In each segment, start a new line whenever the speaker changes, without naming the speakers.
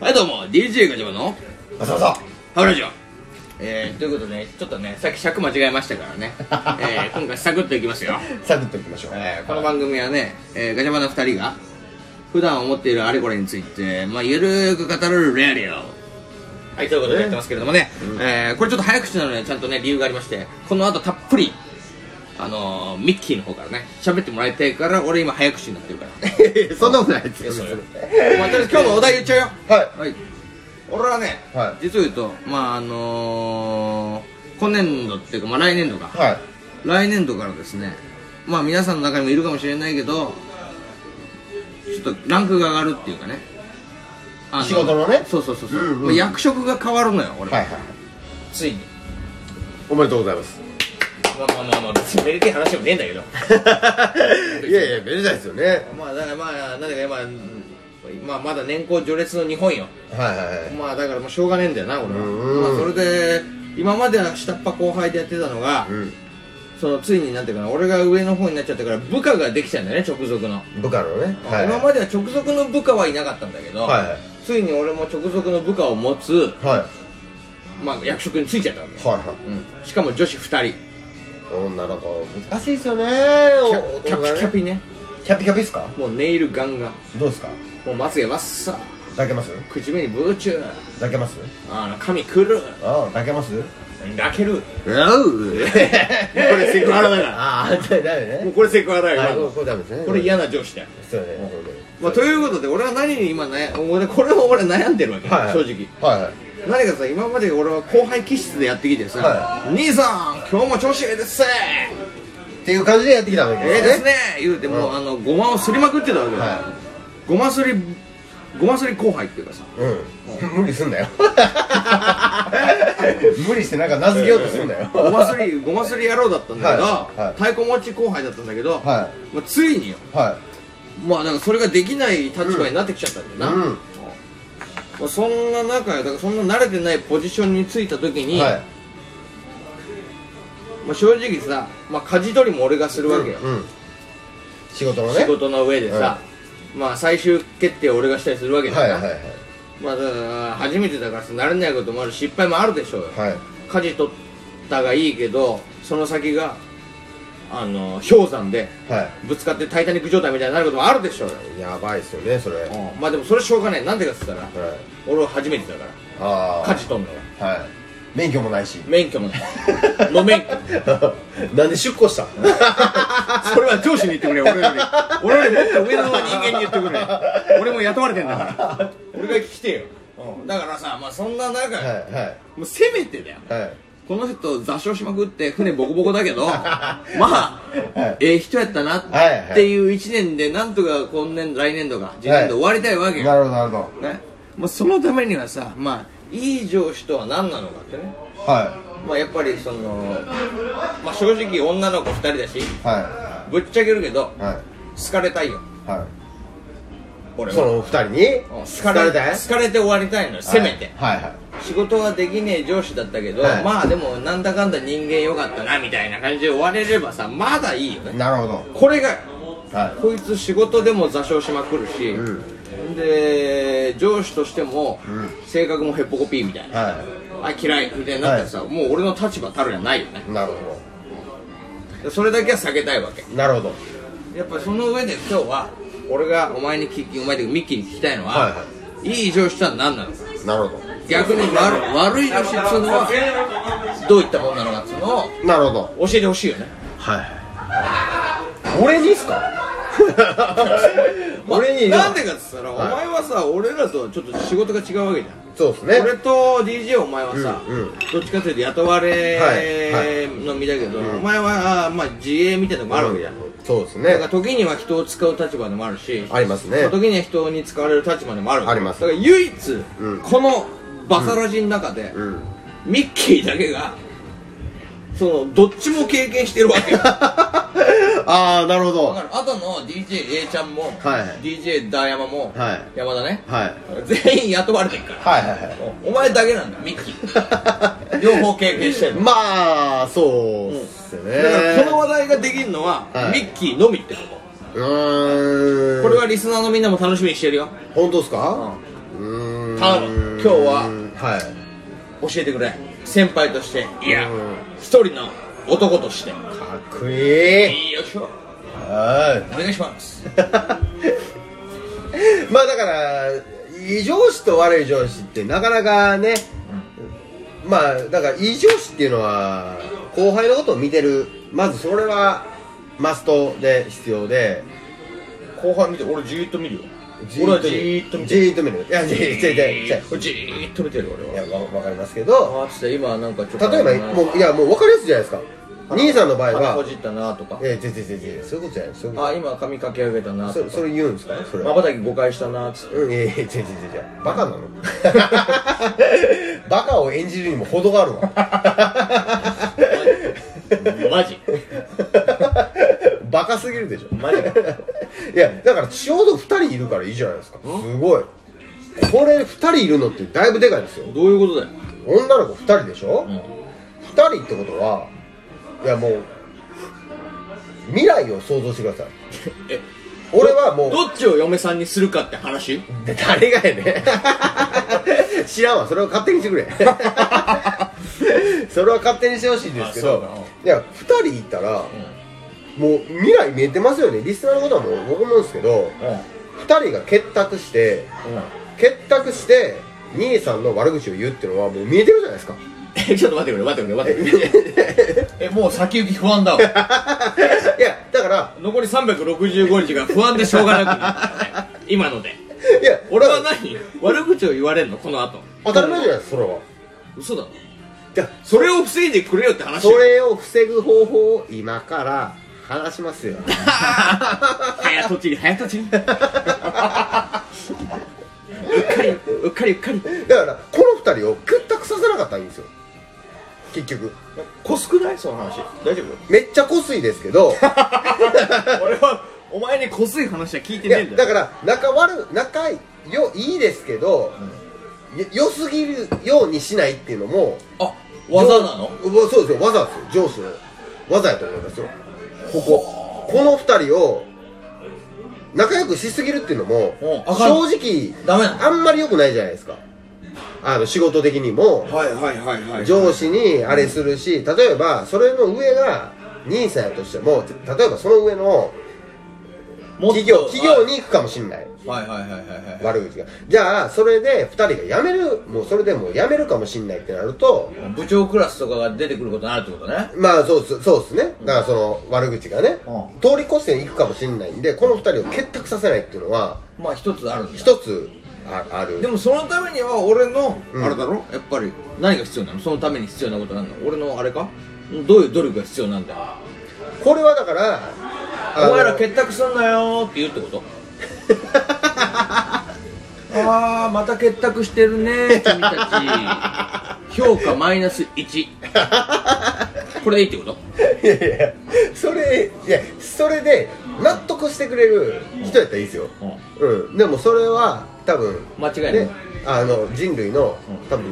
はいどうも DJ ガチャバの
あそうそう
ハブラジオえー、ということでねちょっとねさっき尺間違えました からね、えー、今回サクッといきますよ、
サクッといきましょう、
えー、この番組はね、えー、ガチャバの2人が普段思っているあれこれについてまあゆるーく語るレディオはいということでやってますけれどもね、えー、これちょっと早口なのでちゃんとね理由がありましてこの後たっぷりあのー、ミッキーの方からね喋ってもらいたいから俺今早口になってるから
そんなことないです
いやそうよ
よ
まあ、とりあえず今日のお題言っちゃうよ
はい
はい、俺はね、
は
実を言うとまああのー今年度っていうか、まあ、来年度か、
はい
来年度からですねまあ皆さんの中にもいるかもしれないけどちょっとランクが上がるっていうかねあ
仕事のね
そうそうそうそう、
うんうん
まあ役職が変わるのよ俺、
はいはい
ついに
おめでとうございます
まあまあまあまあ別にめでてえ話でもねえんだけど
いやいやめでたいですよね
まあだからまあなんだか今、まあ、まだ年功序列の日本よ
はいはいはい
まあだからもうしょうがねえんだよな俺は、
うん
まあ、それで今までは下っ端後輩でやってたのが、
うん
そのついになんていうかな俺が上の方になっちゃったから部下ができちゃうんだよね直属の、
部下のねはい
今までは直属の部下はいなかったんだけど、
はいはい
ついに俺も直属の部下を持つ、
はい
まあ、役職についちゃったわけ、
はいは
うん、しかも女子2人
い女の子難しいですよね
キャキャピキャ
ピ
ピね
キャピキャピっすか
もうネイルガンガン
どうですか
もうまつげわっさ
抱けます
口紅ブーチュー
抱けます
あの髪くる
ああ抱けます
泣 ける
うこれセクハラだから
ああだだよ
もう
ね
これセクハラだよ、
はい
今の
これダメですね
これ嫌な上司だよ、
そうねそうね
まあ、ということで俺は何に今ね俺これを俺悩んでるわけ、
はいはい
正直
はいはい
何かさ今まで俺は後輩気質でやってきてさ「
は
兄さん今日も調子いいですせ
っていう感じでやってきたわけ
ええですね」言うてもう、
うん
あのごまをすりまくってたわけだよ、
は
ごますりごますり後輩っていうかさ
いうん無理すんなよ 無理してなんか名付けようとすんな よ
ごますりごますり野郎だったんだけど、
はいはい
太鼓持ち後輩だったんだけど、
は
まあ、ついによ
いは
まあだからそれができない立場になってきちゃったん
い
だよな、
うん
まあ、そんな中よだからそんな慣れてないポジションについた時に、
はい
まあ、正直さ、まあ、舵取りも俺がするわけよ、
うんうん仕事のね
仕事の上でさ、まあ最終決定を俺がしたりするわけだか
はい
ら、
はいはい
まあだから初めてだからさ慣れないこともあるし失敗もあるでしょうよ
はい
舵取ったがいいけどその先があの氷山で
は
ぶつかってタイタニック状態みたいになることもあるでしょうよ、
いやばいっすよねそれはい
うんまあでもそれしょうがないなんでかっつったら俺は初めてだか
あ
ら
あ
舵取るのが
はい免許もない し
免許もない無免許
なんで出向した
それは上司に言ってくれ俺より俺よりもっと上の人間に言ってくれ俺も雇われてんだから 俺が聞きてえよ、だからさまあそんな中、
はいはい
もうせめてだよ
はい
この人座礁しまくって船ボコボコだけ どまあ、
はい
ええ人やったな
はいはい
っていう1年でなんとか今年来年度か次年度終わりたいわけよ、
なるほどなるほ
ねもうそのためにはさまあいい上司とは何なのかってね
どは
まあやっぱりそのまあ正直女の子2人だし
いは
ぶっちゃけるけど
いはい
好かれたいよ
は
俺
い
は
その二人に
うん好
好
か
か
れ
れたい
好かれて終わりたいのよせめて、
はいはい
仕事はできねえ上司だったけど、
はい
まあでもなんだかんだ人間良かったなみたいな感じで終われればさまだいいよね
なるほ
これが
どは
こいつ仕事でも座礁しまくるし、
いうん
で上司としても、
うん
性格もヘッポコピーみたいな、
は
あ嫌いみたいになったらさ、もう俺の立場たるやないよね
いなるほ
でそれだけは避けたいわけ
どなるほど
やっぱりその上で今日は俺がお前に聞きお前でミッキーに聞きたいのは、
はいいはい
上司とは何なのか
なるほ
逆に悪悪い上司っつうのはどういったものなのかっつうのを
どなるほど
教えてほしいよね
はいはい俺にっすか俺に
なんでかっつったら、
はい
お前はさ俺らとはちょっと仕事が違うわけじゃん
そうですね
俺と DJ お前はさ、
うんうん
どっちかというと雇われ
はい
の身だけど、
うん
お前は、まあ、自営みたいなのもあるわけじゃん、
そうです
だから
ね
時には人を使う立場でもあるし、
ありますね
時には人に使われる立場でもあるわけ
あります
だから唯一、
うん
このバサラジの中で、
うん
ミッキーだけがそのどっちも経験してるわけ よだか
ああなるほど
らあとの DJA ちゃんも、
はい
DJ ダ山も、
はい
山田ね
はい
全員雇われてるから
はいはいはい
お前だけなんだミッキー両方経験してるの、
まあそうっすね
だからこの話題ができるのは、
はい
ミッキーのみってこ
うー
と
ん
これはリスナーのみんなも楽しみにしてるよ、
本当っす
うん
かうーんーん
頼む今日は
はい
教えてくれ先輩としていや
うん
一人の男として
かっこいい
いいよ今日
は
お願いします
い まあだからいい上司と悪い上司ってなかなかね、まあだからいい上司っていうのは後輩のことを見てるまずそれはマストで必要で
後半見て俺じーっと見るよ
じ
俺はじーっと見
じ
てる
ーっと見るいやじーっと見るいや
じーっと見てる俺はい
やわわかりますけど
あーっつって今なんかちょっと
例えばもういやもうわかりやすいじゃないですか兄さんの場合
あほ
は
じったなとか
えじゃじゃじゃじゃそういうことじゃないそういうこ
あ今髪かき上げたな
と
と
そそ
か
れ言うんですかそれ
まばたき誤解したなっつって
うん、いやいや、違う違う違う、バカなのバカを演じるにも程があるわ。
マジ
バカすぎるでしょ。
マジか
いや、だから、ちょうど2人いるからいいじゃないですか。すごい。これ2人いるのってだいぶでかいですよ。
どういうことだよ
女の子2人でしょ、
ん
?2 人ってことは、いやもう、未来を想像してください。
え
俺はもう、
どっちを嫁さんにするかって話
で 誰がやねん 知らんわそれを勝手にしてくれ それは勝手にしてほしいんですけ
あそう
ど
か
いや2人いたら、もう未来見えてますよねリスナーのことはもう僕もんですけど2人が結託して結託して兄さんの悪口を言うっていうのはもう見えてるじゃないですか
えちょっと待ってくれ待ってくれ待ってくれ
えもう先行き不安だわ
いやだから
残り365日が不安でしょうがなく なったね今ので
いや
俺は
だから
何悪口を言われんのこの後
当たり前じゃないですかそれは
嘘だろ
いや
それを防いでくれよって話
そ
よ
れを防ぐ方法を今から話しますよ
早とちり早 とちりうっかりうっかりうっかり
だからこの2人を結託させなかったらいいんですよ結局
こすくないその話大丈夫
めっちゃこすいですけ ど
俺は
お前にこすい話は聞いて
い
ねえ
や
んだよ
だから仲悪仲よいいですけど、よ良すぎるようにしないっていうのも
あ技なの
上うわそうですよ技ですよ上司の技やと思いますよこここの2人を仲良くしすぎるっていうのも
うんあかん
正直
ダメなの
あんまり良くないじゃないですかあの仕事的にも
はいはいはいは
上司にあれするし例えばそれの上が兄さんやとしても例えばその上の
もっと
企業企業に行くかもしれない
はいはいはいはいはいはい
悪口がじゃあそれで2人が辞めるもうそれでもう辞めるかもしれないってなると
部長クラスとかが出てくることになるってことね
まあそうっすそうですねだからその悪口がね
う
通り越して行くかもしれないんでこの2人を結託させないっていうのは
まあ一つあるんだ
一つあある
でもそのためには俺の、
うん
あれだろやっぱり何が必要なのそのために必要なことなんだ俺のあれかどういう努力が必要なんだよ
これはだからあの
お前ら結託すんなよーって言うってこと あーまた結託してるねー君たち評価マイナス1これでいいってこと
いやいやいやそれいやそれで納得してくれる人やったらいいですよ、うんでもそれは多分
間違いない
ね、あの人類の多分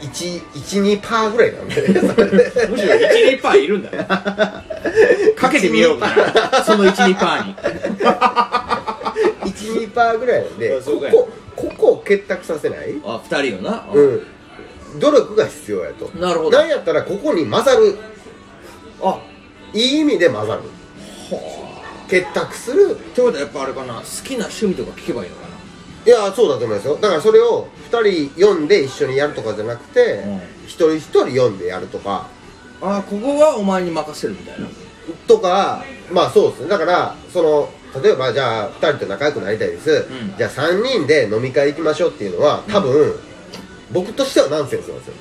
12パーぐらいなんで
むしろ12パーいるん だよかけてみようかなその12パーに
12パーぐらいなんで
あそう
こ
かい
こここを結託させない、
あ2人よな、
うん、努力が必要やと
なるほど
なんやったらここに混ざる
あ
いい意味で混ざる結託する
ってことはやっぱあれかな好きな趣味とか聞けばいいのかない
やそうだと思いますよだからそれを2人読んで一緒にやるとかじゃなくて、
うん
一人一人読んでやるとか
あーここはお前に任せるみたいな
とかまあそうですねだからその例えばじゃあ2人と仲良くなりたいです、
ん
じゃあ3人で飲み会行きましょうっていうのは多分、僕としてはナンセンスなんですよ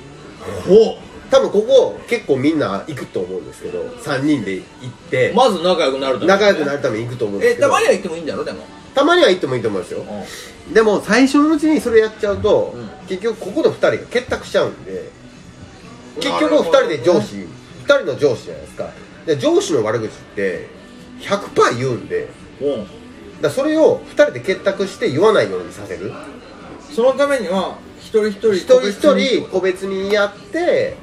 ほ
多分ここ結構みんな行くと思うんですけど3人で行って、
まず仲良くなるだろうね
仲良くなるために行くと思うんで
え
すけど
たまには行ってもいいんだろでも
たまには行ってもいいと思いますよ、でも最初のうちにそれやっちゃうと、
うん
結局ここの2人が結託しちゃうんで結
なる
局2
ほど
人
ね
で上司、2人の上司じゃないですかで上司の悪口って100%言うんで
うん
だからそれを2人で結託して言わないようにさせる
そのためには一人一人
一人一人個別にやって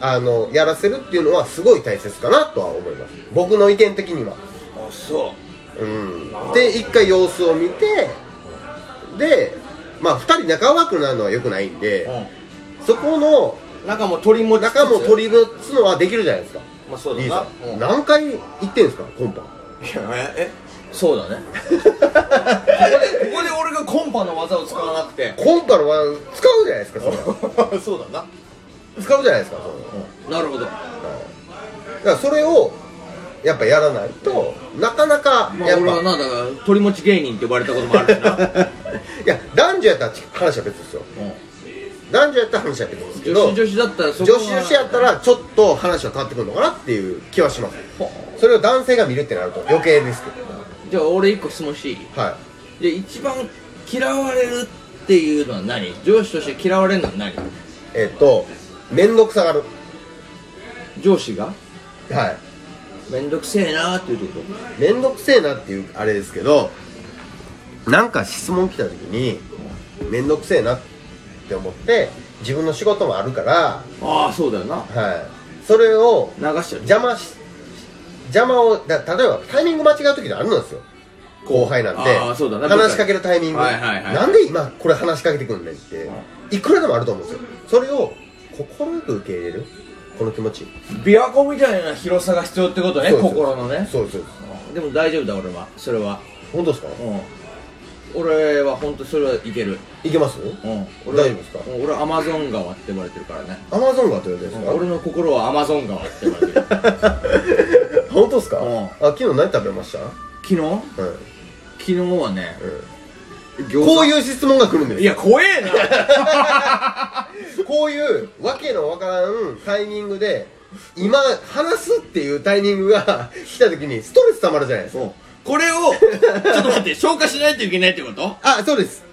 あのやらせるっていうのはすごい大切かなとは思います僕の意見的には
あそう
うんで一回様子を見てでまあ2人仲悪くなるのはよくないんで、
うん
そこの
中も取り持ちつつ
仲も取り持つのはできるじゃないですか
まあそうだ
D さ、
なんうん
何回行ってんすかコンパ
いやえ
そうだ ね
ここでここで俺がコンパの技を使わなくて
コンパの技使うじゃないですかそれは
そうだな
使うじゃないですかそれ
な
は
るほど
だからそれをやっぱやらないとなかなか
まあ
やっ
俺
ぱ、
はなだから取り持ち芸人って呼ばれたこともあるしな
いや男女やったら話は別ですよ男女やったら話は別ですけ
女
ど
子女子だったらそこ
女子女子やったらちょっと話は変わってくるのかなっていう気はします
ほ
それを男性が見るってなると余計ですけど
じゃあ俺一個質問していい
はい
で一番嫌われるっていうのは何上司として嫌われるのは何
えっと面倒くさがる
上司が
はい
面倒くせえなーって言うってこ
面倒くせえなっていうあれですけどなんか質問来た時に面倒くせえなって思って自分の仕事もあるから
とああそうだよな
はいそれを
流しちゃう
邪魔し邪魔をだ例えばタイミング間違う時ってあるんですよ後輩なんで
あーそうだな
話しかけるタイミング、
はいはいはい
なんで今これ話しかけてくんねんっていくらでもあると思うんですよそれを心よく受け入れるこの気持ち
琵琶湖みたいな広さが必要ってことね
そうです
心のね
そうですそうです
でも大丈夫だ俺はそれは
本当ですか
うん俺は本当それはいける
いけます
うん
大丈夫ですか
うん俺アマゾン川って呼ばれてるからね
アマゾン川って言われてるんですか、
俺の心はアマゾン川って呼ばれてる
本当ですか、
うん
あ昨日何食べました、うん
昨日昨日はね
うん、こういう質問が来るんです
いや怖えな
こういうわけのわからんタイミングで今話すっていうタイミングが来た時にストレス溜まるじゃないですか
これをちょっと待って消化しないといけないってこと
あそうです